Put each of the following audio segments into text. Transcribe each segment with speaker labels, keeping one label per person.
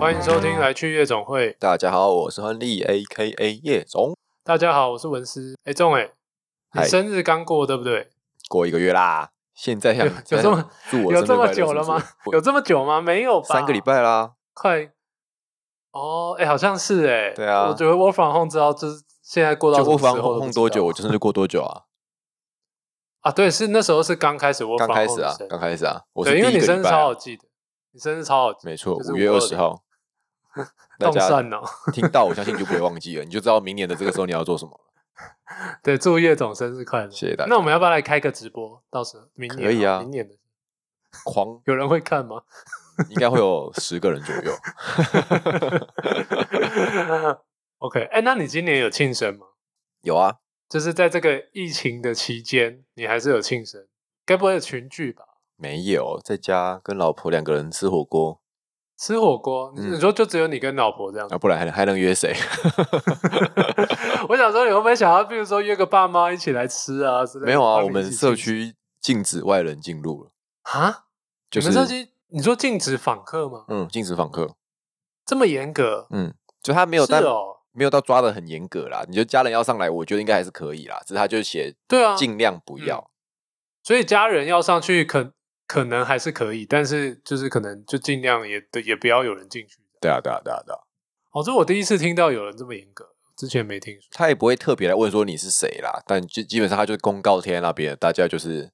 Speaker 1: 欢迎收听《来去夜总会》。
Speaker 2: 大家好，我是亨利，A K A 叶总，
Speaker 1: 大家好，我是文思。哎，仲哎，你
Speaker 2: 嗨
Speaker 1: 生日刚过对不对？
Speaker 2: 过一个月啦。现在想
Speaker 1: 有有这么
Speaker 2: 祝
Speaker 1: 有
Speaker 2: 我生日
Speaker 1: 这么
Speaker 2: 快乐
Speaker 1: 久
Speaker 2: 是
Speaker 1: 了
Speaker 2: 不是
Speaker 1: 吗？
Speaker 2: 我
Speaker 1: 有这么久吗？没有吧？
Speaker 2: 三个礼拜啦。
Speaker 1: 快哦，哎，好像是哎。
Speaker 2: 对啊
Speaker 1: 我觉得 work from home 知道就是现在过到
Speaker 2: 就
Speaker 1: 什么
Speaker 2: 不
Speaker 1: 时候都
Speaker 2: 防
Speaker 1: 不知道
Speaker 2: 控多久，我就生日过多久啊？
Speaker 1: 啊？对，是那时候是刚开始 work
Speaker 2: 刚
Speaker 1: from home
Speaker 2: 开始啊
Speaker 1: 的生，日
Speaker 2: 刚开始啊，我是
Speaker 1: 对，因为
Speaker 2: 第
Speaker 1: 你
Speaker 2: 一个
Speaker 1: 生
Speaker 2: 礼
Speaker 1: 日
Speaker 2: 拜
Speaker 1: 超
Speaker 2: 啊、
Speaker 1: 好记的，你生日超好记，
Speaker 2: 没错，
Speaker 1: 就是
Speaker 2: 五月
Speaker 1: 5
Speaker 2: 二
Speaker 1: 二
Speaker 2: 十号。大
Speaker 1: 动
Speaker 2: 家
Speaker 1: 算哦。
Speaker 2: 听到，我相信就不会忘记了，你就知道明年的这个时候你要做什 么了。
Speaker 1: 对，祝叶总生日快乐。
Speaker 2: 谢谢大家
Speaker 1: 那我们要不要来开个直播？到时候明年
Speaker 2: 可以啊
Speaker 1: 明年的
Speaker 2: 狂
Speaker 1: 有人会看 吗？
Speaker 2: 应该会有十个人左右。
Speaker 1: OK，哎、那你今年有庆生吗？
Speaker 2: 有啊，
Speaker 1: 就是在这个疫情的期间，你还是有庆生？该不会有群聚吧？
Speaker 2: 没有，在家跟老婆两个人吃火锅，
Speaker 1: 吃火锅，你
Speaker 2: 嗯
Speaker 1: 你说就只有你跟老婆这样？
Speaker 2: 啊，不然还还能约谁？
Speaker 1: 我想说，你会不会想要，比如说约个爸妈一起来吃啊之类的？
Speaker 2: 没有啊，
Speaker 1: 帮你
Speaker 2: 我们
Speaker 1: 一起
Speaker 2: 社
Speaker 1: 庆
Speaker 2: 区禁止外人进入了，
Speaker 1: 生啊，
Speaker 2: 就
Speaker 1: 你们社
Speaker 2: 是
Speaker 1: 区，你说禁止访客吗？
Speaker 2: 嗯，禁止访客，
Speaker 1: 这么严格？
Speaker 2: 嗯，就他没有
Speaker 1: 是
Speaker 2: 但
Speaker 1: 哦，
Speaker 2: 没有到抓的很严格啦。你就家人要上来，我觉得应该还是可以啦，只是他就写
Speaker 1: 对啊，
Speaker 2: 尽量不要。
Speaker 1: 所以家人要上去可可能还是可以，但是就是可能就尽量也也不要有人进去。
Speaker 2: 对啊，对啊，对啊，对啊，
Speaker 1: 哦，这我第一次听到有人这么严格，之前没听说。
Speaker 2: 他也不会特别来问说你是谁啦，但基基本上他就是公告贴在那边，大家就是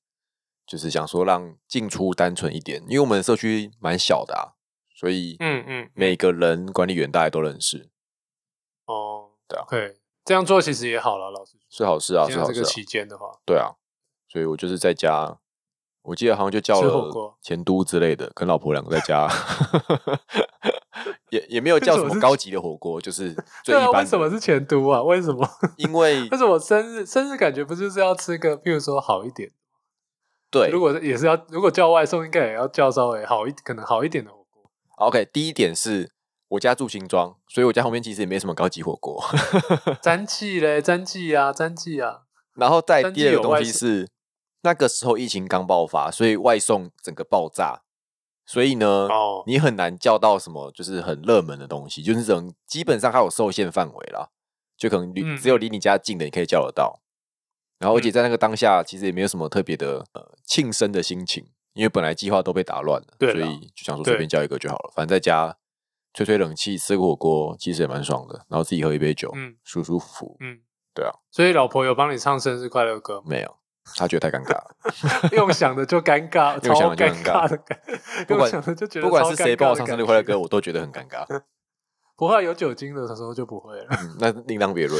Speaker 2: 就是想说让进出单纯一点，因为我们社区蛮小的啊，所以
Speaker 1: 嗯嗯，
Speaker 2: 每个人管理员大家都认识，
Speaker 1: 哦，
Speaker 2: 对啊
Speaker 1: ，OK，这样做其实也好了，老师。
Speaker 2: 是好事啊，
Speaker 1: 现
Speaker 2: 是
Speaker 1: 在
Speaker 2: 好
Speaker 1: 这
Speaker 2: 事、
Speaker 1: 个
Speaker 2: 啊，
Speaker 1: 期间的话，
Speaker 2: 对啊，所以我就是在家，我记得好像就叫
Speaker 1: 吃火锅
Speaker 2: 了前都之类的，跟老婆两个在 家，也也没有叫
Speaker 1: 为
Speaker 2: 什
Speaker 1: 什么
Speaker 2: 么
Speaker 1: 是
Speaker 2: 高级的火 锅，就是最
Speaker 1: 对啊，
Speaker 2: 一
Speaker 1: 为
Speaker 2: 般
Speaker 1: 什么
Speaker 2: 的，
Speaker 1: 是前都啊？为什么？
Speaker 2: 因 为
Speaker 1: 为什么生日生日感觉不就是要吃个，譬如说好一点？
Speaker 2: 对
Speaker 1: 如果是也是要，如果叫外送，应该也要叫稍微好一，可能好一点的火 锅。
Speaker 2: OK，第一点是我家住新庄，所以我家旁边其实也没什么高级火锅。
Speaker 1: 沾记嘞，沾记啊，沾记啊，
Speaker 2: 然后再
Speaker 1: 但
Speaker 2: 第
Speaker 1: 是
Speaker 2: 二个
Speaker 1: 有
Speaker 2: 东
Speaker 1: 外
Speaker 2: 西
Speaker 1: 送
Speaker 2: 是那个时候疫情刚爆发，所以外送整个爆炸，所以呢，
Speaker 1: 哦
Speaker 2: 你很难叫到什么就是很热门的东西，就是这种基本上它有受限范围啦，就可能离、
Speaker 1: 嗯
Speaker 2: 只有离你家近的你可以叫得到。然后而且在那个当下，其实也没有什么特别的呃庆生的心情，因为本来计划都被打乱了，
Speaker 1: 对
Speaker 2: 所
Speaker 1: 啦
Speaker 2: 以就想说
Speaker 1: 对
Speaker 2: 随便叫一个就好了，反正在家吹吹冷气、吃个火锅，其实也蛮爽的，然后自己喝一杯酒，
Speaker 1: 嗯
Speaker 2: 舒舒服服。
Speaker 1: 嗯，
Speaker 2: 对啊。
Speaker 1: 所以老婆有帮你唱生日快乐歌吗？
Speaker 2: 没有，他觉得 太尴尬了。
Speaker 1: 用想的就尴尬，
Speaker 2: 用
Speaker 1: 超
Speaker 2: 想的就
Speaker 1: 尴
Speaker 2: 尴
Speaker 1: 尬
Speaker 2: 尬
Speaker 1: 的感，
Speaker 2: 不
Speaker 1: 用
Speaker 2: 管
Speaker 1: 想的就觉得
Speaker 2: 不管
Speaker 1: 超
Speaker 2: 是
Speaker 1: 尴
Speaker 2: 谁
Speaker 1: 尬
Speaker 2: 帮我
Speaker 1: 的
Speaker 2: 唱
Speaker 1: 感
Speaker 2: 生日快乐
Speaker 1: 觉
Speaker 2: 歌，，我都觉得 很尴尬。
Speaker 1: 不会有酒精的时候就不会了。
Speaker 2: 嗯那另当别论。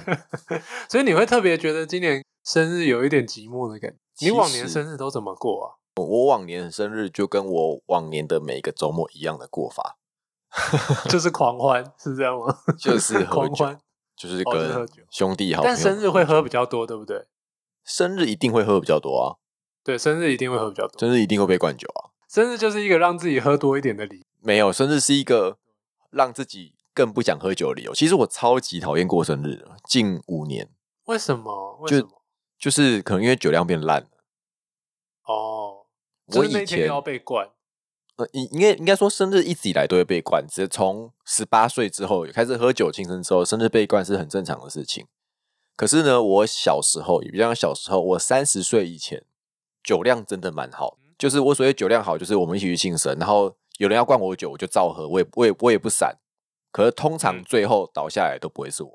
Speaker 1: 所以你会特别觉得今年生日有一点寂寞的感觉。你
Speaker 2: 其
Speaker 1: 往年
Speaker 2: 实
Speaker 1: 生日都怎么过啊？
Speaker 2: 我我往年的生日就跟我往年的每一个周末一样的过法，
Speaker 1: 就是狂欢，是这样 吗？
Speaker 2: 就是喝
Speaker 1: 狂
Speaker 2: 酒
Speaker 1: 欢，
Speaker 2: 就是
Speaker 1: 哦就是喝
Speaker 2: 跟
Speaker 1: 酒
Speaker 2: 兄弟好朋友。
Speaker 1: 但生日会喝比较多，对不对？
Speaker 2: 生日一定会喝比较多啊，
Speaker 1: 对，生日一定会喝比较多。
Speaker 2: 生日一定会被灌酒啊。
Speaker 1: 生日就是一个让自己喝多一点的理由。
Speaker 2: 没有，生日是一个让自己更不想喝酒的理由。其实我超级讨厌过生日的，近五年
Speaker 1: 为什么？为
Speaker 2: 就
Speaker 1: 什么？
Speaker 2: 就是可能因为酒量变烂了。
Speaker 1: 哦，就
Speaker 2: 我
Speaker 1: 是那
Speaker 2: 以
Speaker 1: 天
Speaker 2: 前
Speaker 1: 要被灌。
Speaker 2: 呃，应应该应该说，生日一直以来都会被灌，只是从十八岁之后开始喝酒庆生之后，生日被灌是很正常的事情。可是呢，我小时候，也比较小时候，我三十岁以前酒量真的蛮好，
Speaker 1: 嗯
Speaker 2: 就是我所谓酒量好，就是我们一起去庆生，然后有人要灌我酒，我就照喝，我也我也我也不闪。可是通常
Speaker 1: 嗯
Speaker 2: 最后倒下来都不会是我，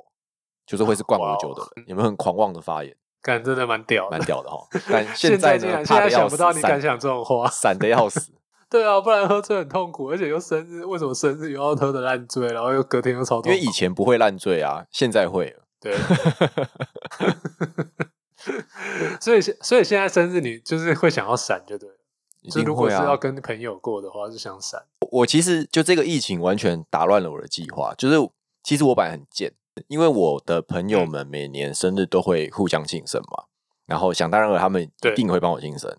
Speaker 2: 就是会是灌
Speaker 1: 哇
Speaker 2: 我
Speaker 1: 哦
Speaker 2: 酒的人。有没有很狂妄的发言？
Speaker 1: 感真的蛮屌的
Speaker 2: 蛮，屌的 哈！但
Speaker 1: 现
Speaker 2: 在
Speaker 1: 竟
Speaker 2: 呢
Speaker 1: 然，现
Speaker 2: 怕
Speaker 1: 在
Speaker 2: 的
Speaker 1: 想
Speaker 2: 要
Speaker 1: 不
Speaker 2: 死，
Speaker 1: 到你
Speaker 2: 闪
Speaker 1: 敢想这种话，
Speaker 2: 闪的要死。
Speaker 1: 对啊，不然喝醉很痛苦，而且又生日，为什么生日又要喝的烂醉，然后又隔天又超痛苦？
Speaker 2: 因为以前不会烂醉啊，现在会了。
Speaker 1: 对， 所以现所以现在生日你就是会想要闪，就对了。
Speaker 2: 一
Speaker 1: 就
Speaker 2: 定
Speaker 1: 如果
Speaker 2: 会
Speaker 1: 是
Speaker 2: 啊！
Speaker 1: 要跟朋友过的话，就想闪。
Speaker 2: 我其实就这个疫情完全打乱了我的计划，就是其实我本来很贱，因为我的朋
Speaker 1: 嗯
Speaker 2: 友们每年生日都会互相庆生嘛，然后想当然了，他们
Speaker 1: 对
Speaker 2: 一定会帮我庆生。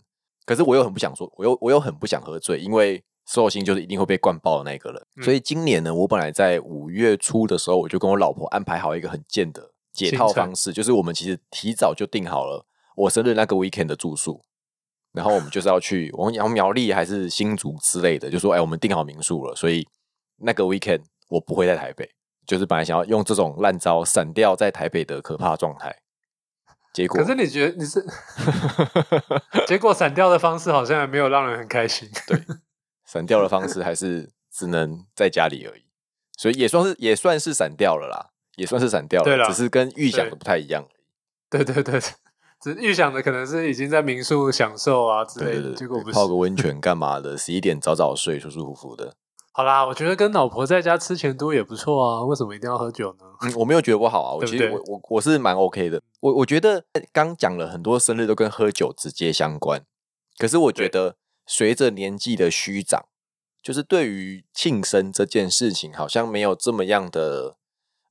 Speaker 2: 可是我又很不想说，我又我又很不想喝醉，因为寿星就是一定会被灌爆的那个人。
Speaker 1: 嗯
Speaker 2: 所以今年呢，我本来在五月初的时候，我就跟我老婆安排好一个很贱的解套
Speaker 1: 行程
Speaker 2: 方式，就是我们其实提早就定好了我生日那个 weekend 的住宿，然后我们就是要去我们苗苗栗还是新竹之类的，就说哎，我们订好民宿了，所以那个 weekend 我不会在台北，就是本来想要用这种烂招闪掉在台北的可怕状态，结果
Speaker 1: 可是你觉得你 是，结果散掉的方式好像也没有让人很开心。
Speaker 2: 闪掉 的方式还是只能在家里而已，所以也算是也算是闪掉了啦，也算是闪掉
Speaker 1: 对
Speaker 2: 了，
Speaker 1: 啦
Speaker 2: 只是跟预想的
Speaker 1: 对
Speaker 2: 不太一样。
Speaker 1: 对对对，只预想的可能是已经在民宿享受啊之类
Speaker 2: 对
Speaker 1: 的，
Speaker 2: 对对，
Speaker 1: 结果不是
Speaker 2: 泡。个温泉干嘛的？十一点早早睡，舒舒服服的。
Speaker 1: 好啦，我觉得跟老婆在家吃钱都也不错啊，为什么一定要喝酒呢？
Speaker 2: 嗯我没有觉得不好啊，我
Speaker 1: 对不
Speaker 2: 其实
Speaker 1: 对
Speaker 2: 我我我是蛮 OK 的。我我觉得刚讲了很多生日都跟喝酒直接相关，可是我觉得随着年纪的虚长，就是对于庆生这件事情好像没有这么样的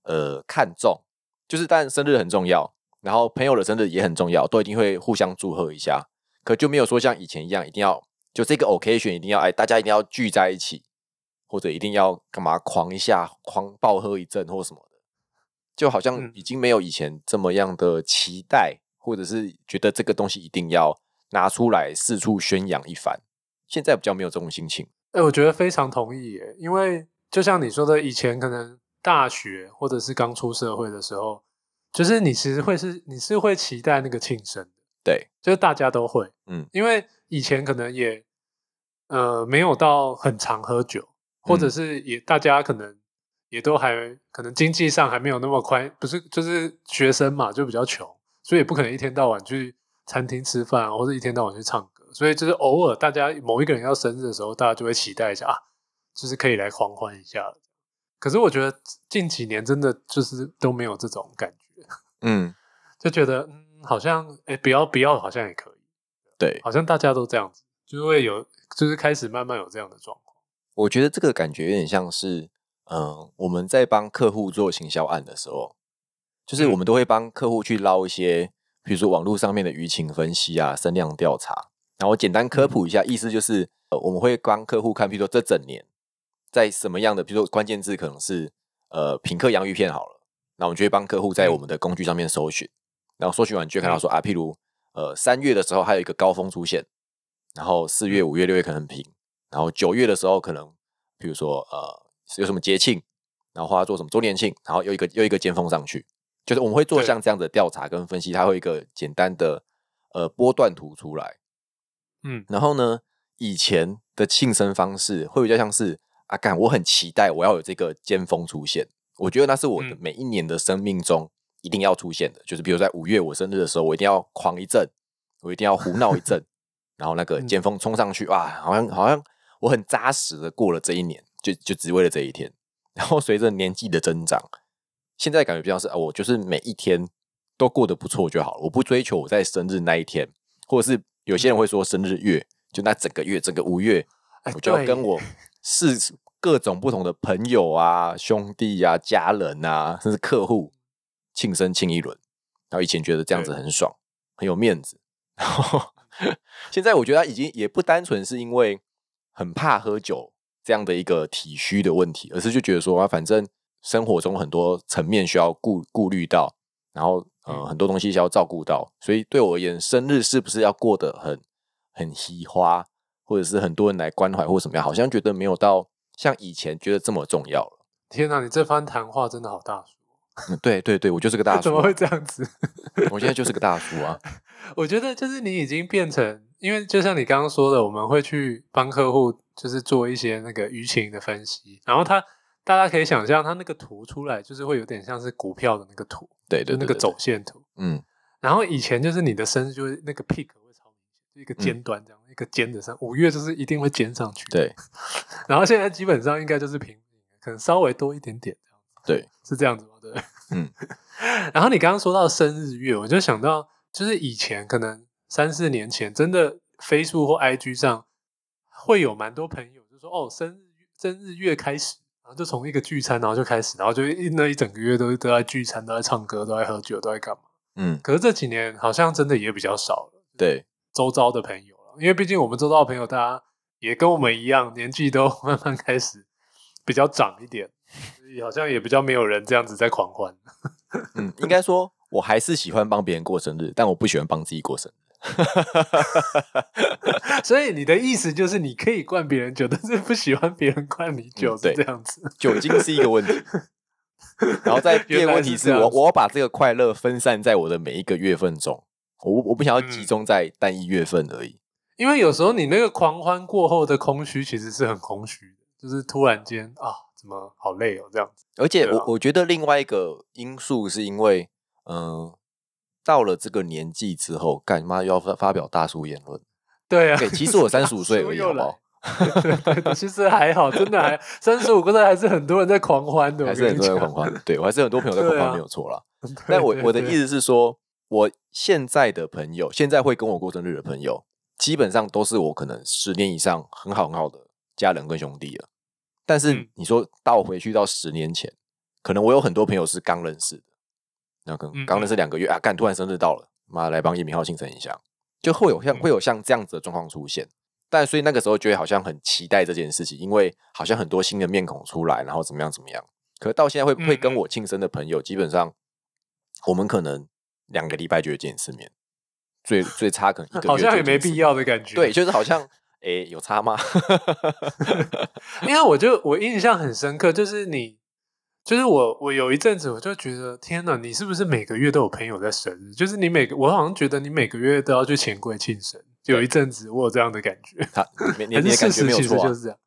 Speaker 2: 呃看重。就是当然生日很重要，然后朋友的生日也很重要，都一定会互相祝贺一下。可就没有说像以前一样，一定要就这个 occasion 一定要哎，大家一定要聚在一起，或者一定要干嘛狂一下、狂暴喝一阵或什么的，就好像
Speaker 1: 嗯
Speaker 2: 已经没有以前这么样的期待，或者是觉得这个东西一定要拿出来四处宣扬一番。现在比较没有这种心情，
Speaker 1: 哎、我觉得非常同意耶，因为就像你说的，以前可能大学或者是刚出社会的时候，就是你其实会是你是会期待那个庆生的，
Speaker 2: 对，
Speaker 1: 就是大家都会，
Speaker 2: 嗯，
Speaker 1: 因为以前可能也呃没有到很常喝酒，或者
Speaker 2: 嗯
Speaker 1: 是也大家可能也都还可能经济上还没有那么宽，不是就是学生嘛，就比较穷，所以也不可能一天到晚去餐厅吃饭、啊，或者一天到晚去唱歌，所以就是偶尔大家某一个人要生日的时候，大家就会期待一下啊，就是可以来狂欢一下了。可是我觉得近几年真的就是都没有这种感觉，
Speaker 2: 嗯，
Speaker 1: 就觉得嗯，好像哎、不要不要，好像也可以。
Speaker 2: 对，
Speaker 1: 好像大家都这样子，就会有，就是开始慢慢有这样的状况。
Speaker 2: 我觉得这个感觉有点像是，嗯，我们在帮客户做行销案的时候，就是我们都会帮客户去捞一些，比如说网络上面的舆情分析啊、声量调查，然后简单科普一下，意思就是，呃，我们会帮客户看，比如说这整年在什么样的，比如说关键字可能是呃品客洋芋片好了，那我们就会帮客户在我们的工具上面搜寻，然后搜寻完就会看到说啊，譬如呃三月的时候还有一个高峰出现，然后四月、五月、六月可能平。然后九月的时候可能，比如说呃有什么节庆，然后或者做什么周年庆，然后又一个又一个尖峰上去，就是我们会做
Speaker 1: 对
Speaker 2: 像这样的调查跟分析，它会有一个简单的呃波段图出来。
Speaker 1: 嗯，
Speaker 2: 然后呢，以前的庆生方式会比较像是啊，干我很期待我要有这个尖峰出现，我觉得那是我的
Speaker 1: 嗯
Speaker 2: 每一年的生命中一定要出现的，就是比如在五月我生日的时候，我一定要狂一阵，我一定要胡闹一阵，然后那个
Speaker 1: 嗯
Speaker 2: 尖峰冲上去，哇，好像好像我很扎实的过了这一年，就就只为了这一天。 然后随着年纪的增长，现在感觉比较是啊，我就是每一天都过得不错就好了，我不追求我在生日那一天，或者是有些人会说生日月，就那整个月，整个五月，
Speaker 1: 嗯哎
Speaker 2: 我就要
Speaker 1: 对
Speaker 2: 跟我是各种不同的朋友啊、兄弟啊、家人啊，甚至客户庆生庆一轮。然后以前觉得这样子
Speaker 1: 对
Speaker 2: 很爽，很有面子， 然后现在我觉得他已经也不单纯是因为很怕喝酒这样的一个体虚的问题，而是就觉得说啊，反正生活中很多层面需要顾顾虑到，然后呃
Speaker 1: 嗯
Speaker 2: 很多东西需要照顾到，所以对我而言，生日是不是要过得很很嘻花，或者是很多人来关怀或怎么样，好像觉得没有到像以前觉得这么重要了。
Speaker 1: 天哪，你这番谈话真的好大叔，
Speaker 2: 嗯，对对对，我就是个大
Speaker 1: 怎
Speaker 2: 叔
Speaker 1: 么
Speaker 2: 啊、
Speaker 1: 会这样子？
Speaker 2: 我现在就是个大叔 啊。
Speaker 1: 我觉得就是你已经变成，因为就像你刚刚说的，我们会去帮客户就是做一些那个舆情的分析，然后他大家可以想象，他那个图出来就是会有点像是股票的那个图，
Speaker 2: 对对
Speaker 1: 就
Speaker 2: 啊对
Speaker 1: 那个
Speaker 2: 对
Speaker 1: 走线图。
Speaker 2: 嗯，
Speaker 1: 然后以前就是你的生日就是那个 peak 会超明显，就一
Speaker 2: 嗯
Speaker 1: 个尖端这样，一个尖的上，五月就是一定会尖上去。
Speaker 2: 对，
Speaker 1: 然后现在基本上应该就是平平的，可能稍微多一点点这样子。
Speaker 2: 对，
Speaker 1: 是这样子吗？对，
Speaker 2: 嗯。
Speaker 1: 然后你刚刚说到生日月，我就想到，就是以前可能三四年前，真的 Facebook 或 IG 上会有蛮多朋友就说哦，生日月生日月开始。然后就从一个聚餐，然后就开始，然后就一那一整个月都都在聚餐，都在唱歌，都在喝酒，都在干嘛。
Speaker 2: 嗯，
Speaker 1: 可是这几年好像真的也比较少了，
Speaker 2: 对，
Speaker 1: 周遭的朋友了，因为毕竟我们周遭的朋友，大家也跟我们一样，年纪都 慢慢开始比较长一点，所以好像也比较没有人这样子在狂欢。
Speaker 2: 嗯，应该说我还是喜欢帮别人过生日，但我不喜欢帮自己过生日。
Speaker 1: 所以你的意思就是你可以灌别人酒，但是不喜欢别人灌你酒，
Speaker 2: 嗯
Speaker 1: 是
Speaker 2: 对
Speaker 1: 这样子。
Speaker 2: 酒精是一个问题，然后再第二个问题是
Speaker 1: 原来是这样
Speaker 2: 我
Speaker 1: 子
Speaker 2: 我要把这个快乐分散在我的每一个月份中，我不我不想要
Speaker 1: 嗯
Speaker 2: 集中在单一月份而已。
Speaker 1: 因为有时候你那个狂欢过后的空虚，其实是很空虚的，就是突然间啊，怎么好累哦这样子。
Speaker 2: 而且
Speaker 1: 对
Speaker 2: 我、
Speaker 1: 啊
Speaker 2: 我觉得另外一个因素是因为，嗯、到了这个年纪之后，干妈又要发发表大叔言论。
Speaker 1: 对啊，
Speaker 2: 对，其实我三十五岁
Speaker 1: 大叔
Speaker 2: 而已，
Speaker 1: 又
Speaker 2: 好不好？
Speaker 1: 对对对其实还好，真的还三十五个人还是很多人在狂欢的，
Speaker 2: 还是很多人狂
Speaker 1: 狂
Speaker 2: 欢，对我还是很多朋友在狂
Speaker 1: 对
Speaker 2: 欢，
Speaker 1: 啊
Speaker 2: 没有错啦。
Speaker 1: 欢。
Speaker 2: 但 我
Speaker 1: 对
Speaker 2: 我的
Speaker 1: 对
Speaker 2: 意思是说，我现在的朋友，现在会跟我过生日的朋友，基本上都是我可能十年以上很好很好的家人跟兄弟了。但是
Speaker 1: 嗯
Speaker 2: 你说倒回去到十年前，可能我有很多朋友是刚认识的，那可能
Speaker 1: 嗯
Speaker 2: 刚认识两个月啊，干突然生日到了，妈来帮叶明浩庆生一下，就会有像
Speaker 1: 嗯
Speaker 2: 会有像这样子的状况出现。但所以那个时候就会好像很期待这件事情，因为好像很多新的面孔出来，然后怎么样怎么样。可是到现在会
Speaker 1: 嗯
Speaker 2: 会跟我庆生的朋友，基本上我们可能两个礼拜就会见一次面，最最差可能一个月
Speaker 1: 好像
Speaker 2: 就
Speaker 1: 也
Speaker 2: 会见
Speaker 1: 没
Speaker 2: 一次
Speaker 1: 必
Speaker 2: 面。
Speaker 1: 要的感觉。
Speaker 2: 对，，就是好像诶、有差吗？
Speaker 1: 因为啊我就我印象很深刻，就是你，就是我，我有一阵子我就觉得，天哪，你是不是每个月都有朋友在生日？就是你每个，我好像觉得你每个月都要去钱柜庆生。有一阵子我有这样的感觉，
Speaker 2: 他 你你
Speaker 1: 可
Speaker 2: 你
Speaker 1: 是
Speaker 2: 的
Speaker 1: 事
Speaker 2: 感觉
Speaker 1: 实
Speaker 2: 没有
Speaker 1: 其实
Speaker 2: 错、啊
Speaker 1: 就，是这样，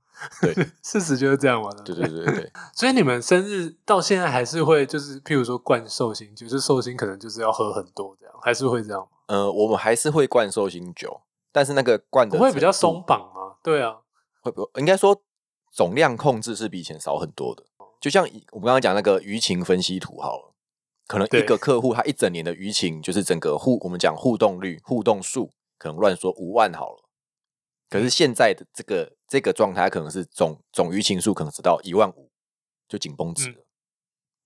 Speaker 2: 对
Speaker 1: 事实就是这样嘛。
Speaker 2: 对对对对 对，
Speaker 1: 所以你们生日到现在还是会就是，譬如说灌寿星酒，就是寿星可能就是要喝很多这样，还是会这样吗？
Speaker 2: 呃，我们还是会灌寿星酒，但是那个灌的
Speaker 1: 不会比较
Speaker 2: 程度
Speaker 1: 松绑吗？对啊，
Speaker 2: 会不应该说总量控制是比以前少很多的。就像以我们刚刚讲那个舆情分析图好了，可能一
Speaker 1: 对
Speaker 2: 个客户他一整年的舆情就是整个互我们讲互动率、互动数，可能乱说五万好了。可
Speaker 1: 嗯
Speaker 2: 是现在的这个这个状态，它可能是总总舆情数可能只到一万五，就紧绷
Speaker 1: 嗯
Speaker 2: 值了。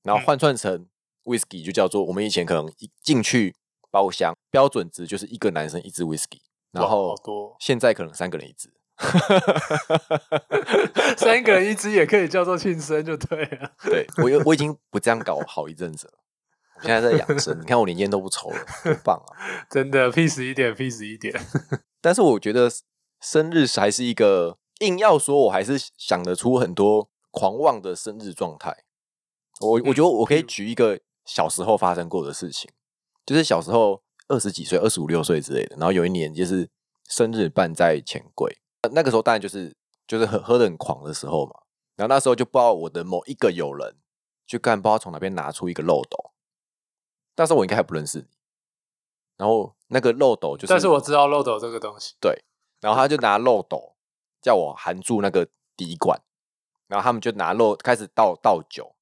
Speaker 2: 然后换算成 whisky 就叫做我们以前可能一进去包厢标准值就是一个男生一支 whisky，然
Speaker 1: 哇
Speaker 2: 后
Speaker 1: 好多哦
Speaker 2: 现在可能三个人一支。
Speaker 1: 三个人一支也可以叫做庆生就对了。
Speaker 2: 对我有我已经不这样搞好一阵子了，我现在在养生。你看我连烟都不抽了，多棒啊！
Speaker 1: 真的 peace 一点，peace 一点。
Speaker 2: 但是我觉得生日还是一个硬要说，我还是想得出很多狂妄的生日状态。我我觉得我可以
Speaker 1: 嗯譬如
Speaker 2: 举一个小时候发生过的事情，就是小时候二十几岁、二十五六岁之类的，然后有一年就是生日办在钱柜，那那个时候当然就是就是喝喝的很狂的时候嘛，然后那时候就不知道我的某一个友人就干不知道从哪边拿出一个漏斗，那时候我应该还不认识你，然后那个漏斗就是，
Speaker 1: 但是我知道漏斗这个东西，
Speaker 2: 然后他就拿漏斗叫我含住那个滴管，然后他们就拿漏开始倒倒酒，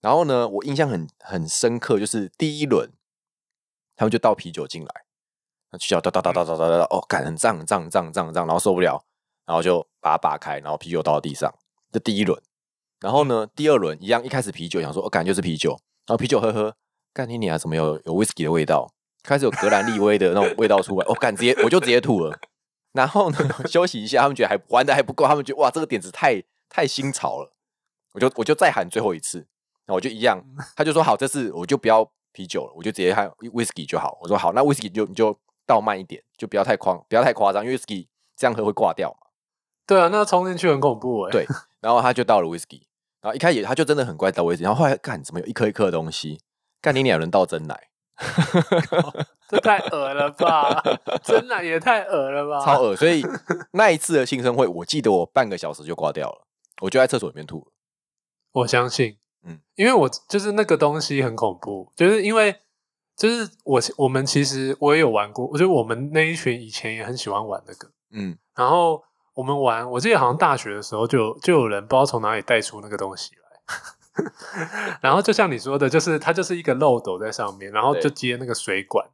Speaker 2: 然后呢，我印象很很深刻，就是第一轮他们就倒啤酒进来，那啤酒倒倒倒倒倒倒倒，哦，感很胀很胀很胀很胀很胀，然后受不了，然后就把它拔开，然后啤酒倒到地上，这第一轮。然后呢，第二轮一样，一开始啤酒想说，哦，感觉就是啤酒，然后啤酒喝喝，干你娘，怎么有有 whisky 的味道？开始有格兰利威的那种味道出来，我、干直接我就直接吐了。然后呢， 休息一下，他们觉得还玩的还不够，他们觉得哇，这个点子太太新潮了，我就我就再喊最后一次，那我就一样，他就说好，这次我就不要啤酒了，我就直接喊 whisky 就好。我说好，那 whisky 就你就倒慢一点，就不要太狂，不要太夸张，因为 whisky 这样喝会挂掉嘛。
Speaker 1: 对啊，那冲进去很恐怖哎、
Speaker 2: 对然后他就倒了 whisky，然后一开始他就真的很乖倒 whisky，然后后来干怎么有一颗一颗的东西，干你俩人倒真奶，
Speaker 1: 这太恶了吧！真的啊也太恶了吧！
Speaker 2: 超恶，所以那一次的庆生会，我记得我半个小时就挂掉了，我就在厕所里面吐了。
Speaker 1: 我相信，
Speaker 2: 嗯
Speaker 1: 嗯，因为我就是那个东西很恐怖，就是因为就是我我们其实我也有玩过，我觉得我们那一群以前也很喜欢玩那个，
Speaker 2: 嗯，
Speaker 1: 然后我们玩，我记得好像大学的时候就有就有人不知道从哪里带出那个东西来， 然后就像你说的，就是它就是一个漏斗在上面，然后
Speaker 2: 对
Speaker 1: 就接那个水管，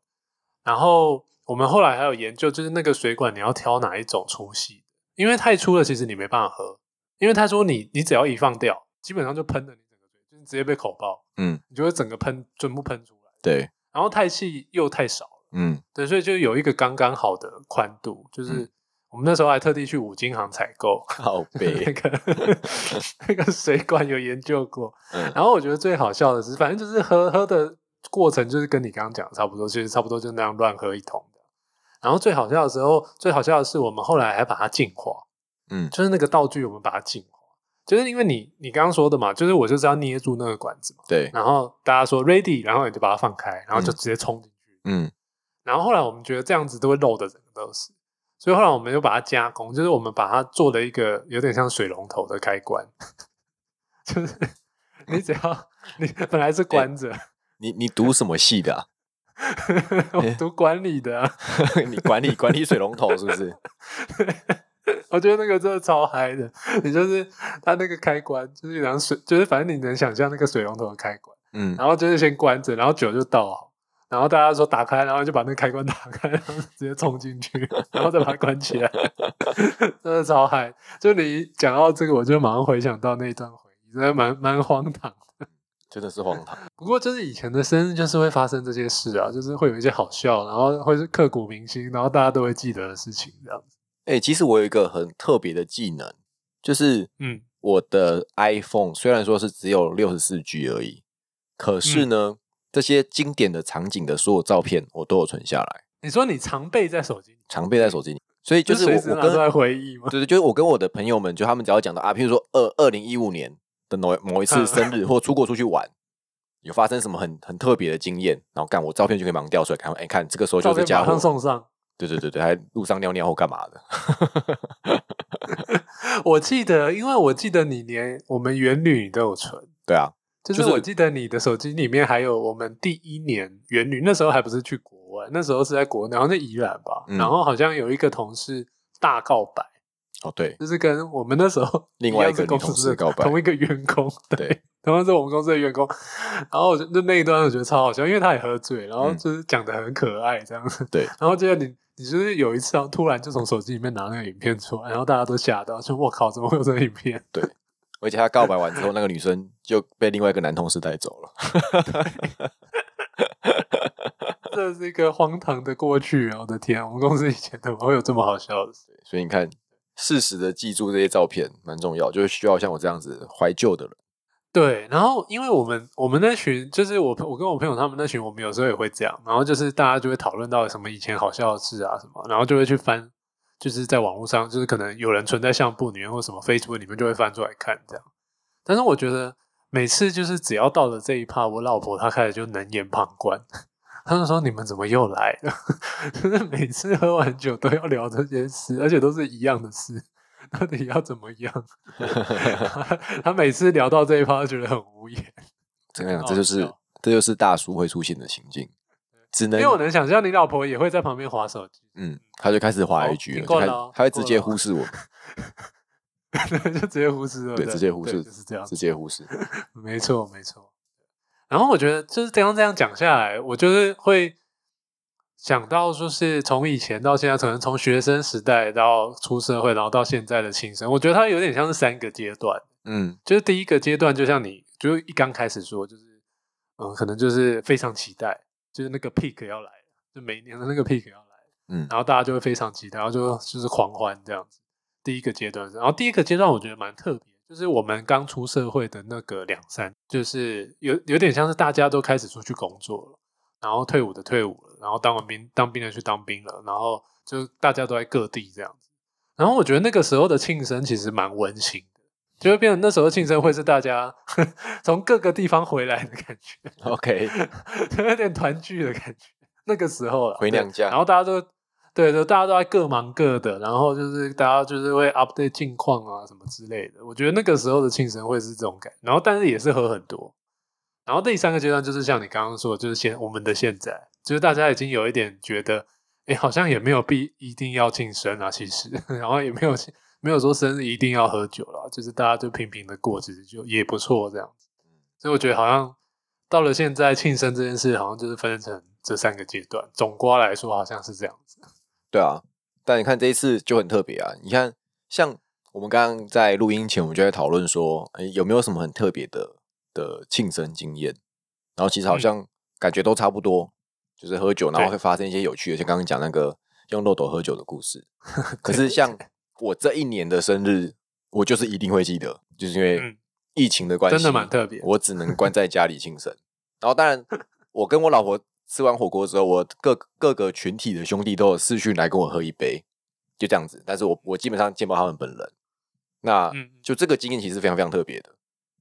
Speaker 1: 然后我们后来还有研究，就是那个水管你要挑哪一种粗细，因为太粗了其实你没办法喝，因为他说你你只要一放掉，基本上就喷了你整个嘴，就是直接被口爆，
Speaker 2: 嗯，
Speaker 1: 你就会整个喷全部喷出来，
Speaker 2: 对，
Speaker 1: 然后太细又太少了。
Speaker 2: 嗯
Speaker 1: 对，所以就有一个刚刚好的宽度，就是我们那时候还特地去五金行采购
Speaker 2: 靠
Speaker 1: 那
Speaker 2: 背，
Speaker 1: 个那个水管，有研究过。
Speaker 2: 嗯
Speaker 1: 然后我觉得最好笑的是，反正就是喝喝的过程，就是跟你刚刚讲的差不多，其实差不多就那样乱喝一通的。然后最好笑的时候，最好笑的是我们后来还把它进化，
Speaker 2: 嗯
Speaker 1: 就是那个道具我们把它进化，就是因为你你刚刚说的嘛，就是我就是要捏住那个管子嘛，
Speaker 2: 对，
Speaker 1: 然后大家说 ready，然后你就把它放开，然后就
Speaker 2: 嗯
Speaker 1: 直接冲进去。
Speaker 2: 嗯
Speaker 1: 然后后来我们觉得这样子都会漏的整个都是，所以后来我们就把它加工，就是我们把它做了一个有点像水龙头的开关， 就是你只要你本来是关着，
Speaker 2: 你你读什么系的、啊？
Speaker 1: 我读管理的啊、
Speaker 2: 你管理管理水龙头是不是？
Speaker 1: 我觉得那个真的超嗨的，你就是它那个开关，就是然后水，就是反正你能想象那个水龙头的开关。
Speaker 2: 嗯，
Speaker 1: 然后就是先关着，然后酒就倒好，然后大家说打开，然后就把那个开关打开，然后直接冲进去，然后再把它关起来， 真的超嗨！就你讲到这个，我就马上回想到那一段回忆，真的蛮蛮荒唐的。
Speaker 2: 真的是荒唐。
Speaker 1: 不过就是以前的生日就是会发生这些事啊，就是会有一些好笑，然后会是刻骨铭心，然后大家都会记得的事情这样子。
Speaker 2: 哎、其实我有一个很特别的技能，就是
Speaker 1: 嗯
Speaker 2: 我的 iPhone 虽然说是只有六十四 G 而已，可是呢，这些经典的场景的所有照片我都有存下来，
Speaker 1: 你说你常备在手机里，
Speaker 2: 常备在手机里。所以就是我
Speaker 1: 随时
Speaker 2: 我
Speaker 1: 拿出来
Speaker 2: 跟
Speaker 1: 回忆吗？
Speaker 2: 对对，就是我跟我的朋友们，就他们只要讲到啊，譬如说二二零一五年的某某一次
Speaker 1: 嗯
Speaker 2: 生日，或出国出去玩，有发生什么很很特别的经验，然后干我照片就可以马上调出来看，哎、看这个时候就
Speaker 1: 照
Speaker 2: 是这
Speaker 1: 片
Speaker 2: 家
Speaker 1: 马
Speaker 2: 伙
Speaker 1: 上，送上。
Speaker 2: 对对对对，还路上尿尿或干嘛的，
Speaker 1: 我记得，因为我记得你连我们元旅你都有存。
Speaker 2: 对啊，
Speaker 1: 就
Speaker 2: 就是是
Speaker 1: 我记得你的手机里面还有我们第一年元旅，那时候还不是去国外，那时候是在国内，好像在宜兰吧。
Speaker 2: 嗯
Speaker 1: 然后好像有一个同事大告白，
Speaker 2: 哦对
Speaker 1: 就是跟我们那时候
Speaker 2: 另外一
Speaker 1: 样
Speaker 2: 个
Speaker 1: 是公
Speaker 2: 女同
Speaker 1: 司
Speaker 2: 事
Speaker 1: 的
Speaker 2: 告白
Speaker 1: 同一个员工，
Speaker 2: 对，
Speaker 1: 同样是我们公司的员工。然后我就就那一段我觉得超好笑，因为他也喝醉，然后
Speaker 2: 嗯
Speaker 1: 就是讲的很可爱这样子。
Speaker 2: 对，
Speaker 1: 然后接着你。你就是有一次，啊，突然就从手机里面拿那个影片出来，然后大家都吓到，说：“我靠，怎么会有这个影片？”
Speaker 2: 而且他告白完之后，那个女生就被另外一个男同事带走了。
Speaker 1: 这是一个荒唐的过去啊，我的天啊，我们公司以前怎么会有这么好笑的事？
Speaker 2: 所以你看，适时的记住这些照片蛮重要，就是需要像我这样子怀旧的人。
Speaker 1: 对，然后因为我们我们那群就是我我跟我朋友他们那群，我们有时候也会这样，然后就是大家就会讨论到什么以前好笑的事啊什么，然后就会去翻，就是在网络上，就是可能有人存在相簿里面或什么 Facebook 里面就会翻出来看这样。但是我觉得每次就是只要到了这一趴，我老婆她开始就冷眼旁观，她就说你们怎么又来了？ 就是每次喝完酒都要聊这件事，而且都是一样的事，到底要怎么样？他 他每次聊到这一趴，觉得很无 言，
Speaker 2: 怎么样？
Speaker 1: 哦
Speaker 2: 这就是、
Speaker 1: 是哦
Speaker 2: 这就是大叔会出现的情境，只
Speaker 1: 因
Speaker 2: 能
Speaker 1: 为我能想象你老婆也会在旁边划手机，
Speaker 2: 嗯，他就开始滑
Speaker 1: 哦
Speaker 2: IG 了，
Speaker 1: 听过了
Speaker 2: 就开
Speaker 1: 哦
Speaker 2: 他会
Speaker 1: 听过
Speaker 2: 直接
Speaker 1: 了
Speaker 2: 忽视我，
Speaker 1: 就直接忽视了，
Speaker 2: 对，直接忽视，
Speaker 1: 就是这样
Speaker 2: 直，接忽视。
Speaker 1: 没错没错。然后我觉得就是这样这样讲下来，我就是会想到，就是从以前到现在，可能从学生时代到出社会，然后到现在的新生，我觉得它有点像是三个阶段。
Speaker 2: 嗯，
Speaker 1: 就是第一个阶段，就像你就是一刚开始说，就是嗯，可能就是非常期待，就是那个 peak 要来了，就每年的那个 peak 要来了，
Speaker 2: 嗯
Speaker 1: 然后大家就会非常期待，然后就就是狂欢这样子。第一个阶段是，然后第一个阶段我觉得蛮特别，就是我们刚出社会的那个两三，就是有有点像是大家都开始出去工作了，然后退伍的退伍了，然后当完兵当兵的去当兵了，然后就大家都在各地这样子。然后我觉得那个时候的庆生其实蛮温馨的，就会变成那时候庆生会是大家 从各个地方回来的感觉，
Speaker 2: ，OK，
Speaker 1: 就有点团聚的感觉。那个时候了，
Speaker 2: 回娘家
Speaker 1: 对然后大家都对，就大家都在各忙各的，然后就是大家就是会 update 近况啊什么之类的。我觉得那个时候的庆生会是这种感觉，然后但是也是喝很多。然后第三个阶段就是像你刚刚说的，就是现我们的现在，就是大家已经有一点觉得，哎，好像也没有必一定要庆生啊，其实， 然后也没有没有说生日一定要喝酒了，就是大家就平平的过，其实就也不错这样子。所以我觉得好像到了现在庆生这件事，好像就是分成这三个阶段。总括来说，好像是这样子。
Speaker 2: 对啊。但你看这一次就很特别啊！你看，像我们刚刚在录音前，我们就在讨论说，哎，有没有什么很特别的的庆生经验？然后其实好像感觉都差不多，就是喝酒，然后
Speaker 1: 嗯对
Speaker 2: 会发生一些有趣的，像刚刚讲那个用漏斗喝酒的故事。 可 是像我这一年的生日，我就是一定会记得，就是因为
Speaker 1: 嗯
Speaker 2: 疫情的关系，
Speaker 1: 真的蛮特别
Speaker 2: 我只能关在家里庆生。然后当然，我跟我老婆吃完火锅之后，我各各个群体的兄弟都有私讯来跟我喝一杯，就这样子。但是我我基本上见不到他们本人。那
Speaker 1: 嗯
Speaker 2: 就这个经验其实非常非常特别的。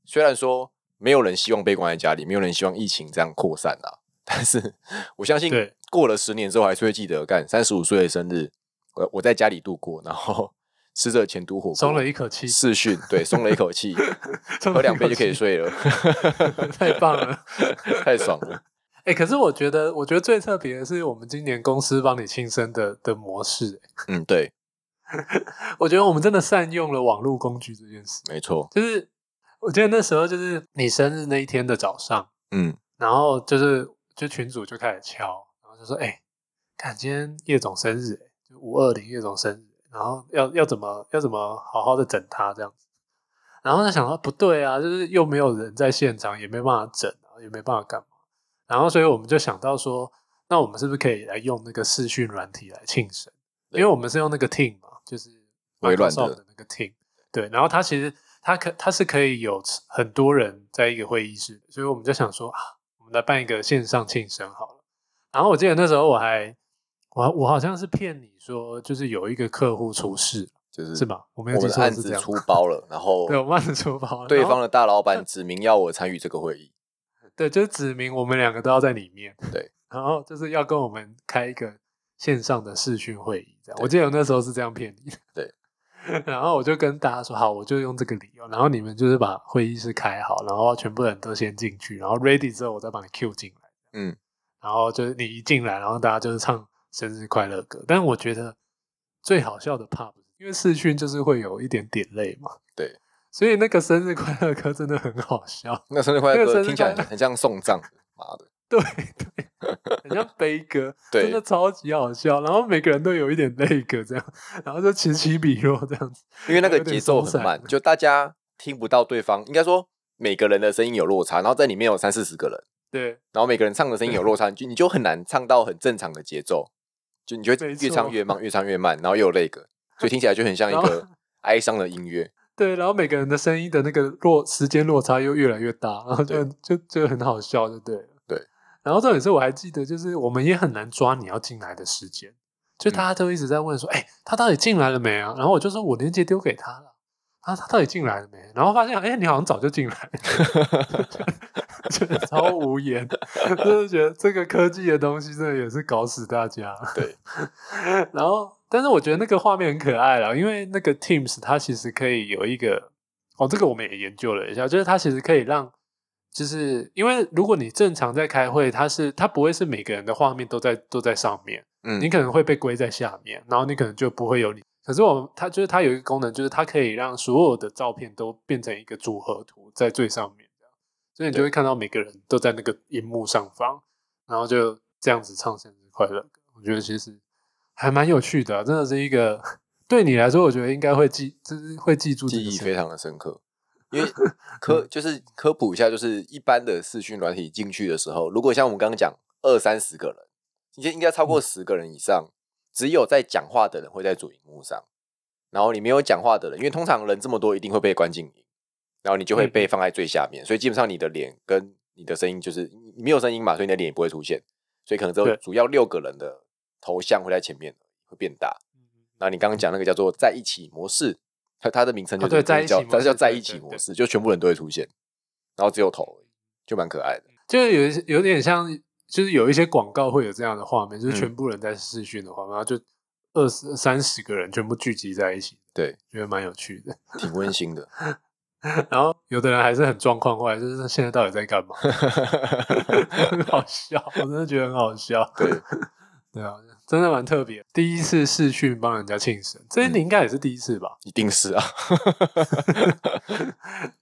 Speaker 2: 虽然说没有人希望被关在家里，没有人希望疫情这样扩散啊，但是 我相信
Speaker 1: 对
Speaker 2: 过了十年之后还是会记得，干三十五岁的生日，呃我我在家里度过，然后吃着前都火锅，
Speaker 1: 松了一口气，
Speaker 2: 视讯，对，松了一口 气，喝两杯就可以睡 了，
Speaker 1: 太棒了！
Speaker 2: 太爽了。
Speaker 1: 哎、可是我觉得，我觉得最特别的是我们今年公司帮你庆生的的模式、
Speaker 2: 嗯，对，
Speaker 1: 我觉得我们真的善用了网络工具这件事。
Speaker 2: 没错，
Speaker 1: 就是我记得那时候就是你生日那一天的早上，
Speaker 2: 嗯，
Speaker 1: 然后就是就群主就开始敲，然后就说：“哎、看今天叶总生日、欸，就五二零叶总生日，然后要要怎么要怎么好好的整他这样子。”然后他想到不对啊，就是又没有人在现场，也没办法整啊，也没办法干嘛。然后所以我们就想到说，那我们是不是可以来用那个视讯软体来庆生？因为我们是用那个 Team 嘛，就是
Speaker 2: 微软的
Speaker 1: Microsoft 那个 Team。对，然后它其实它可它是可以有很多人在一个会议室，所以我们就想说啊，我们来办一个线上庆生好了。然后我记得那时候我还我我好像是骗你说，就是有一个客户出事，
Speaker 2: 就是
Speaker 1: 是吗？我没有记
Speaker 2: 我们的
Speaker 1: 错
Speaker 2: 案
Speaker 1: 是
Speaker 2: 子
Speaker 1: 这样。
Speaker 2: 出包了，然 后
Speaker 1: 对，我们案子出包了，
Speaker 2: 对
Speaker 1: 然后
Speaker 2: 方的大老板指明要我参与这个会议，
Speaker 1: 对，就是指明我们两个都要在里面。
Speaker 2: 对，
Speaker 1: 然后就是要跟我们开一个线上的视讯会议，这样。
Speaker 2: 对
Speaker 1: 我记得我那时候是这样骗你的。
Speaker 2: 对。
Speaker 1: 然后我就跟大家说，好，我就用这个理由，然后你们就是把会议室开好，然后全部人都先进去，然后 ready 之后，我再把你 Q 进来。
Speaker 2: 嗯。
Speaker 1: 然后就是你一进来，然后大家就是唱生日快乐歌。但我觉得最好笑的 pub，因为视讯就是会有一点点累嘛。
Speaker 2: 对。
Speaker 1: 所以那个生日快乐歌真的很好笑。
Speaker 2: 那生日快乐
Speaker 1: 那个生
Speaker 2: 歌
Speaker 1: 日
Speaker 2: 听起来
Speaker 1: 快乐
Speaker 2: 很像送葬，妈的，
Speaker 1: 对对，很像悲歌，
Speaker 2: 对
Speaker 1: 真的超级好笑。然后每个人都有一点 泪歌这样，然后就此起彼落这样子。
Speaker 2: 因为那个
Speaker 1: 有点
Speaker 2: 节奏
Speaker 1: 松
Speaker 2: 很
Speaker 1: 散
Speaker 2: 慢，就大家听不到对方，应该说每个人的声音有落差，然后在里面有三四十个人。
Speaker 1: 对
Speaker 2: 然后每个人唱的声音有落差，你就你就很难唱到很正常的节奏，就你就会
Speaker 1: 没
Speaker 2: 越唱
Speaker 1: 错
Speaker 2: 越慢，越唱越慢，然后又有那个，所以听起来就很像 一
Speaker 1: 然后
Speaker 2: 个哀伤的音乐。
Speaker 1: 对，然后每个人的声音的那个落时间落差又越来越大，然后就就就很好笑，就对了。
Speaker 2: 对。
Speaker 1: 然后重点是我还记得，就是我们也很难抓你要进来的时间，就大家都一直在问说：“哎、他到底进来了没啊？”然后我就说：“我链接丢给他了。”啊，他到底进来了没？然后发现，哎、你好像早就进来了，就就超无言，就是觉得这个科技的东西真的也是搞死大家。
Speaker 2: 对，
Speaker 1: 然后，但是我觉得那个画面很可爱啦，因为那个 Teams 它其实可以有一个，哦，这个我们也研究了一下，就是它其实可以让，就是因为如果你正常在开会，它是它不会是每个人的画面都在都在上面，
Speaker 2: 嗯
Speaker 1: 你可能会被归在下面，然后你可能就不会有你。可是我它就是它有一个功能，就是它可以让所有的照片都变成一个组合图在最上面，这样所以你就
Speaker 2: 对
Speaker 1: 会看到每个人都在那个荧幕上方，然后就这样子唱生日快乐歌。我觉得其实还蛮有趣的啊、真的是一个 对你来说，我觉得应该会记，就是会记住这
Speaker 2: 记
Speaker 1: 个
Speaker 2: 忆
Speaker 1: 事
Speaker 2: 非常的深刻。因为科就是科普一下，就是一般的视讯软体进去的时候，如果像我们刚刚讲二三十个人，应该应该超过
Speaker 1: 嗯
Speaker 2: 十个人以上，只有在讲话的人会在主荧幕上，然后你没有讲话的人，因为通常人这么多，一定会被关静音，然后你就会被放在最下面，所以基本上你的脸跟你的声音就是你没有声音嘛，所以你的脸也不会出现，所以可能只有
Speaker 1: 对
Speaker 2: 主要六个人的头像会在前面，会变大。
Speaker 1: 嗯
Speaker 2: 那你刚刚讲那个叫做在一起模式，它它的名称就
Speaker 1: 哦
Speaker 2: 是
Speaker 1: 对
Speaker 2: 真的叫
Speaker 1: 在一起模式
Speaker 2: 它叫在一
Speaker 1: 对
Speaker 2: 起
Speaker 1: 对
Speaker 2: 模
Speaker 1: 对
Speaker 2: 式，就全部人都会出现，然后只有头而已，就蛮可爱的。
Speaker 1: 就是有一些有点像，就是有一些广告会有这样的画面，就是
Speaker 2: 嗯
Speaker 1: 全部人在视讯的画面，然后就二十三十个人全部聚集在一起，
Speaker 2: 对，
Speaker 1: 觉得蛮有趣的。
Speaker 2: 挺温馨的。
Speaker 1: 然后有的人还是很状况外，就是现在到底在干嘛， 很 好笑，我真的觉得很好笑。
Speaker 2: 对，
Speaker 1: 对啊，真的蛮特别。第一次视讯帮人家庆生，这
Speaker 2: 嗯
Speaker 1: 你应该也是第一次吧？
Speaker 2: 一定是啊，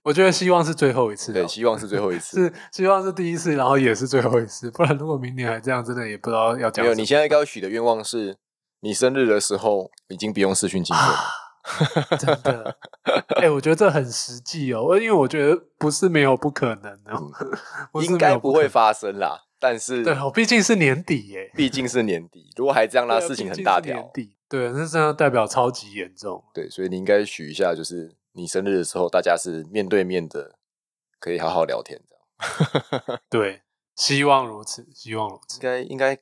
Speaker 1: 我觉得希望是最后一次啊，
Speaker 2: 对，希望是最后一次。
Speaker 1: 是希望是第一次，然后也是最后一次，不然如果明年还这样，真的也不知道要讲
Speaker 2: 没有，
Speaker 1: 什么
Speaker 2: 你现在要许的愿望是，你生日的时候已经不用视
Speaker 1: 啊
Speaker 2: 讯庆祝了。
Speaker 1: 真的。哎、我觉得这很实际哦，因为我觉得不是没有不可能的、
Speaker 2: 嗯
Speaker 1: 不是
Speaker 2: 应
Speaker 1: 没
Speaker 2: 该
Speaker 1: 有
Speaker 2: 不
Speaker 1: 可
Speaker 2: 会
Speaker 1: 能。
Speaker 2: 发生啦，但是
Speaker 1: 对，哦我毕竟是年底耶，
Speaker 2: 毕竟是年底，如果还这样啦，
Speaker 1: 对啊
Speaker 2: 事情
Speaker 1: 毕
Speaker 2: 很
Speaker 1: 竟
Speaker 2: 大
Speaker 1: 是年
Speaker 2: 条。
Speaker 1: 底，对，那真的代表超级严重。
Speaker 2: 对，所以你应该许一下，就是你生日的时候，大家是面对面的，可以好好聊天这样。
Speaker 1: 对，希望如此，希望如此
Speaker 2: 应。该应该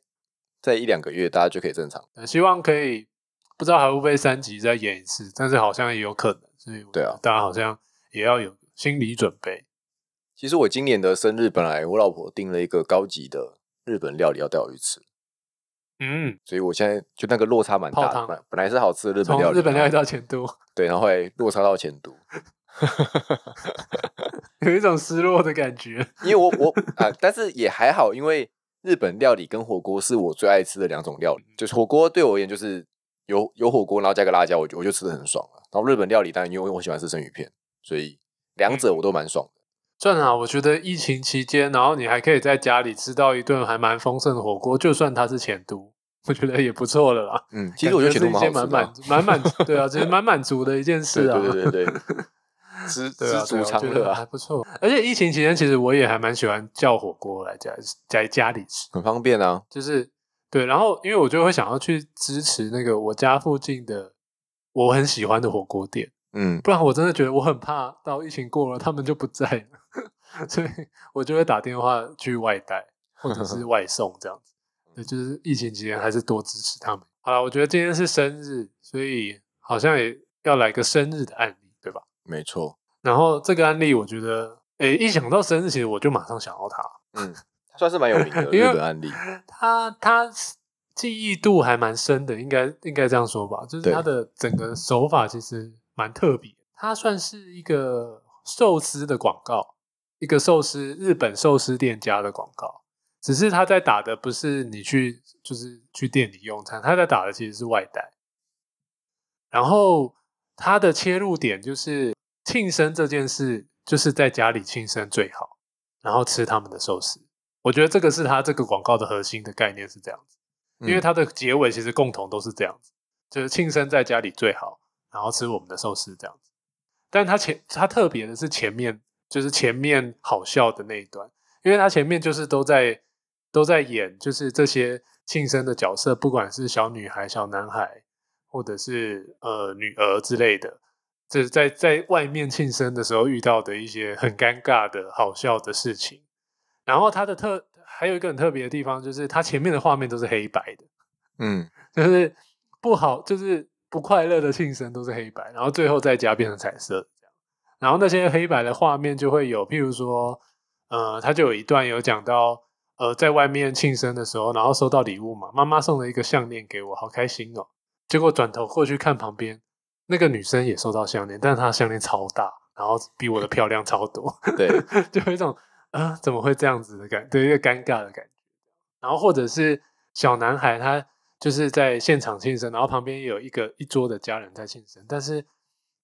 Speaker 2: 在一两个月大家就可以正常。
Speaker 1: 呃希望可以，不知道还会不会三级再演一次，但是好像也有可能，所以我
Speaker 2: 对啊
Speaker 1: 觉得大家好像也要有心理准备。
Speaker 2: 其实我今年的生日，本来我老婆订了一个高级的日本料理要带我去吃，
Speaker 1: 嗯，
Speaker 2: 所以我现在就那个落差蛮
Speaker 1: 泡
Speaker 2: 大的。
Speaker 1: 汤
Speaker 2: 本来本来是好吃的日本
Speaker 1: 从
Speaker 2: 料理，啊
Speaker 1: 日本料理
Speaker 2: 然后
Speaker 1: 到前都，
Speaker 2: 对，然后后来落差到前都，
Speaker 1: 有一种失落的感觉。
Speaker 2: 因为我我啊、但是也还好，因为日本料理跟火锅是我最爱吃的两种料
Speaker 1: 嗯
Speaker 2: 理。就是火锅对我而言，就是有有火锅，然后加个辣椒，我就我就吃的很爽了。然后日本料理当然，因为我喜欢吃生鱼片，所以两
Speaker 1: 嗯
Speaker 2: 者我都蛮爽的。
Speaker 1: 算了啊，我觉得疫情期间，然后你还可以在家里吃到一顿还蛮丰盛的火锅，就算它是前都，我觉得也不错了啦。
Speaker 2: 嗯，其实我觉得全
Speaker 1: 感
Speaker 2: 都
Speaker 1: 觉是一件
Speaker 2: 蛮好
Speaker 1: 蛮
Speaker 2: 吃的啊
Speaker 1: 满。满满对啊，其实蛮满足的一件事啊。
Speaker 2: 对对对对对， 知
Speaker 1: 对啊，
Speaker 2: 知足
Speaker 1: 对啊
Speaker 2: 常
Speaker 1: 我觉
Speaker 2: 乐
Speaker 1: 得
Speaker 2: 啊
Speaker 1: 还，不错。而且疫情期间，其实我也还蛮喜欢叫火锅来家在家里吃，
Speaker 2: 很方便啊。
Speaker 1: 就是对。然后因为我就会想要去支持那个我家附近的我很喜欢的火锅店，
Speaker 2: 嗯，
Speaker 1: 不然我真的觉得我很怕到疫情过了，他们就不在了， 所以我就会打电话去外带或者是外送这样子。对，就是疫情期间还是多支持他们。好了，我觉得今天是生日，所以好像也要来个生日的案例，对吧？
Speaker 2: 没错。
Speaker 1: 然后这个案例，我觉得，诶，一想到生日，其实我就马上想到他。
Speaker 2: 嗯，算是蛮有名的日
Speaker 1: 因为
Speaker 2: 本案例。
Speaker 1: 他他记忆度还蛮深的，应该应该这样说吧，就是
Speaker 2: 对
Speaker 1: 他的整个手法其实蛮特别。他算是一个寿司的广告，一个寿司日本寿司店家的广告，只是他在打的不是你去就是去店里用餐，他在打的其实是外带。然后他的切入点就是庆生这件事，就是在家里庆生最好，然后吃他们的寿司。我觉得这个是他这个广告的核心的概念是这样子，因为
Speaker 2: 嗯
Speaker 1: 它的结尾其实共同都是这样子，就是庆生在家里最好，然后吃我们的寿司这样子。但他前他特别的是前面就是前面好笑的那一段，因为他前面就是都在都在演，就是这些庆生的角色，不管是小女孩、小男孩，或者是呃女儿之类的，这是在在外面庆生的时候遇到的一些很尴尬的好笑的事情。然后它的特还有一个很特别的地方，就是它前面的画面都是黑白的，
Speaker 2: 嗯，
Speaker 1: 就是不好，就是不快乐的庆生都是黑白，然后最后再加变成彩色这样。然后那些黑白的画面就会有，譬如说，呃，他就有一段有讲到，呃，在外面庆生的时候，然后收到礼物嘛，妈妈送了一个项链给我，好开心哦。结果转头过去看旁边那个女生也收到项链，但是她的项链超大，然后比我的漂亮超多。
Speaker 2: 对，
Speaker 1: 就有一种啊、怎么会这样子的感，对一个尴尬的感觉。然后或者是小男孩他就是在现场庆生，然后旁边也有一个一桌的家人在庆生，但是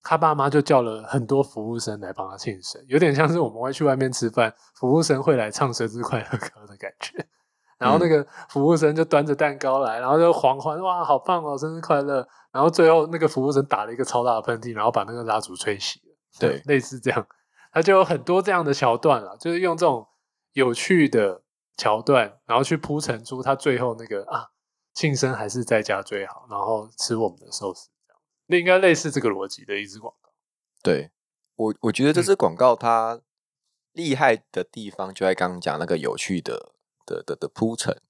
Speaker 1: 他爸妈就叫了很多服务生来帮他庆生，有点像是我们会去外面吃饭，服务生会来唱生日快乐歌的感觉。 然后那个服务生就端着蛋糕来，然后就狂欢，哇，好棒哦，生日快乐！然后最后那个服务生打了一个超大的喷嚏，然后把那个蜡烛吹熄了。
Speaker 2: 对
Speaker 1: 类似这样，他就有很多这样的桥段了，就是用这种有趣的桥段，然后去铺陈出他最后那个啊，庆生还是在家最好，然后吃我们的寿司这样，那应该类似这个逻辑的一支广告。
Speaker 2: 对我我觉得这
Speaker 1: 嗯
Speaker 2: 支广告它厉害的地方就在刚刚讲那个有趣的的的的铺陈。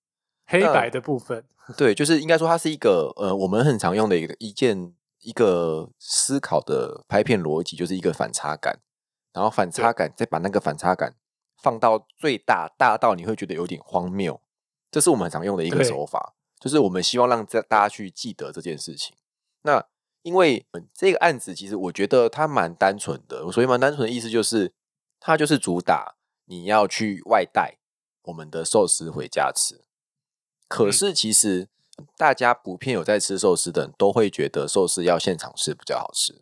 Speaker 1: 黑白的部分，
Speaker 2: 对，就是应该说它是一个呃，我们很常用的一个一件一个思考的拍片逻辑，就是一个反差感，然后反差感再把那个反差感放到最大，大到你会觉得有点荒谬，这是我们很常用的一个
Speaker 1: 对
Speaker 2: 手法，就是我们希望让这大家去记得这件事情。那因为呃这个案子，其实我觉得它蛮单纯的，所以蛮单纯的意思就是，它就是主打你要去外带我们的寿司回家吃。可
Speaker 1: 嗯
Speaker 2: 是其实大家普遍有在吃寿司的人都会觉得寿司要现场吃比较好吃，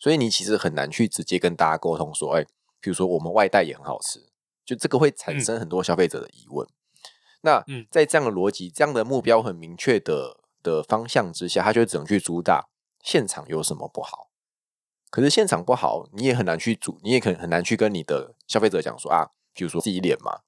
Speaker 2: 所以你其实很难去直接跟大家沟通说，哎，比如说我们外带也很好吃，就这个会产
Speaker 1: 嗯
Speaker 2: 生很多消费者的疑问。那
Speaker 1: 嗯
Speaker 2: 在这样的逻辑、这样的目标很明确的的方向之下，他就只能去主打现场有什么不好。可是现场不好，你也很难去主，你也很很难去跟你的消费者讲说啊，比如说自己脸嘛。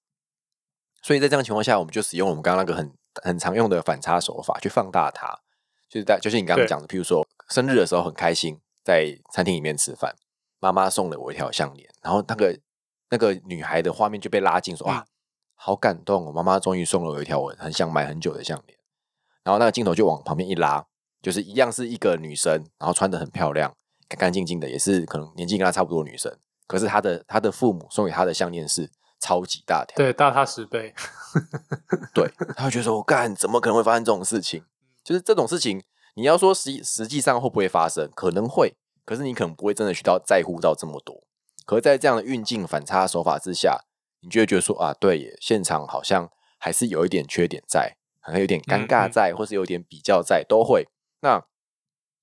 Speaker 2: 所以在这样的情况下，我们就使用我们刚刚那个很很常用的反差手法去放大它，就是在就是你刚刚
Speaker 1: 对
Speaker 2: 讲的，譬如说生日的时候很开心，在餐厅里面吃饭，妈妈送了我一条项链，然后那个那个女孩的画面就被拉近说，啊
Speaker 1: 嗯
Speaker 2: 哇，好感动哦，妈妈终于送了我一条我很想买很久的项链。然后那个镜头就往旁边一拉，就是一样是一个女生，然后穿的很漂亮，干干净净的，也是可能年纪跟她差不多的女生。可是她的她的父母送给她的项链是超级大条，
Speaker 1: 对，大他十倍，
Speaker 2: 对，她会觉得说，我干，怎么可能会发生这种事情？就是这种事情，你要说实实际上会不会发生，可能会，可是你可能不会真的去到在乎到这么多。可是在这样的运镜反差手法之下，你就会觉得说啊，对耶，现场好像还是有一点缺点在，好像有点尴尬在，或是有点比较在，都会。那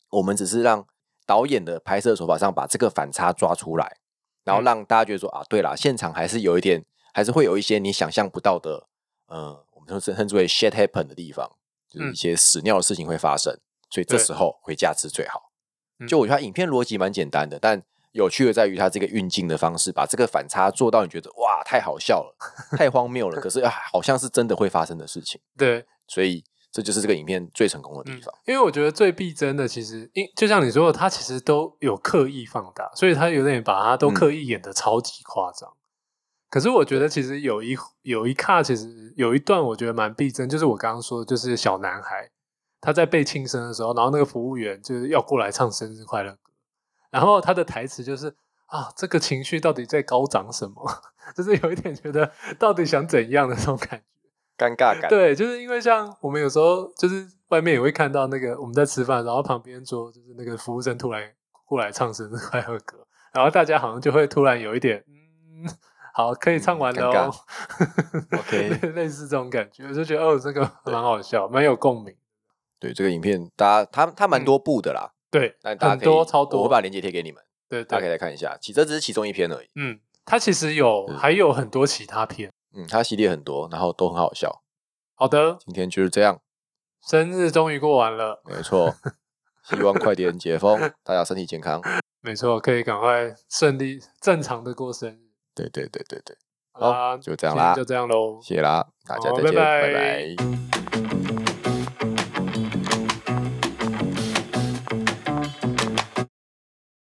Speaker 2: 我们只是让导演的拍摄手法上把这个反差抓出来，然后让大家觉得说啊，对啦，现场还是有一点，还是会有一些你想象不到的，呃，我们称之称之为 shit happen 的地方，就是一些屎尿的事情会发生，所以
Speaker 1: 嗯
Speaker 2: 这
Speaker 1: 对
Speaker 2: 时候回家吃最好。
Speaker 1: 嗯
Speaker 2: 就我觉得它影片逻辑蛮简单的，但有趣的在于它这个运镜的方式，把这个反差做到你觉得哇太好笑了，太荒谬了，可是、啊、好像是真的会发生的事情，
Speaker 1: 对，
Speaker 2: 所以这就是这个影片最成功的地方。
Speaker 1: 嗯因为我觉得最逼真的，其实因就像你说的，他其实都有刻意放大，所以他有点把他
Speaker 2: 嗯
Speaker 1: 都刻意演的超级夸张。可是我觉得其实有一有一卡，其实有一段我觉得蛮逼真，就是我刚刚说的，就是小男孩他在被庆生的时候，然后那个服务员就是要过来唱生日快乐歌，然后他的台词就是啊，这个情绪到底在高涨什么？ 就是有一点觉得到底想怎样的那种感觉。
Speaker 2: 尴尬感，
Speaker 1: 对，就是因为像我们有时候就是外面也会看到那个我们在吃饭，然后旁边桌就是那个服务生突然过来唱生日快乐歌，然后大家好像就会突然有一点，嗯，好，可以唱完了
Speaker 2: 嗯
Speaker 1: 哦
Speaker 2: 尴。OK
Speaker 1: 类类似这种感觉，我就觉得哦，这个蛮好笑，蛮有共鸣。
Speaker 2: 对这个影片，大家它它蛮多部的啦，
Speaker 1: 对，
Speaker 2: 但大
Speaker 1: 嗯
Speaker 2: 家
Speaker 1: 很
Speaker 2: 可以
Speaker 1: 多超多，
Speaker 2: 我会把链接贴给你们，
Speaker 1: 对
Speaker 2: 大家可以
Speaker 1: 对，
Speaker 2: 来看一下。其这只是其中一篇而已，
Speaker 1: 嗯，它其实有
Speaker 2: 嗯
Speaker 1: 还有很多其他片。
Speaker 2: 嗯，它系列很多，然后都很好笑。
Speaker 1: 好的，
Speaker 2: 今天就是这样，
Speaker 1: 生日终于过完了，
Speaker 2: 没错。哦希望快点解封，大家身体健康。
Speaker 1: 没错，可以赶快顺利正常的过生日。
Speaker 2: 对对对对对，
Speaker 1: 好啦，
Speaker 2: 就这样
Speaker 1: 今天
Speaker 2: 啦
Speaker 1: 就这样喽。
Speaker 2: 谢谢啦，大家
Speaker 1: 好
Speaker 2: 再见，
Speaker 1: 拜拜
Speaker 2: 拜拜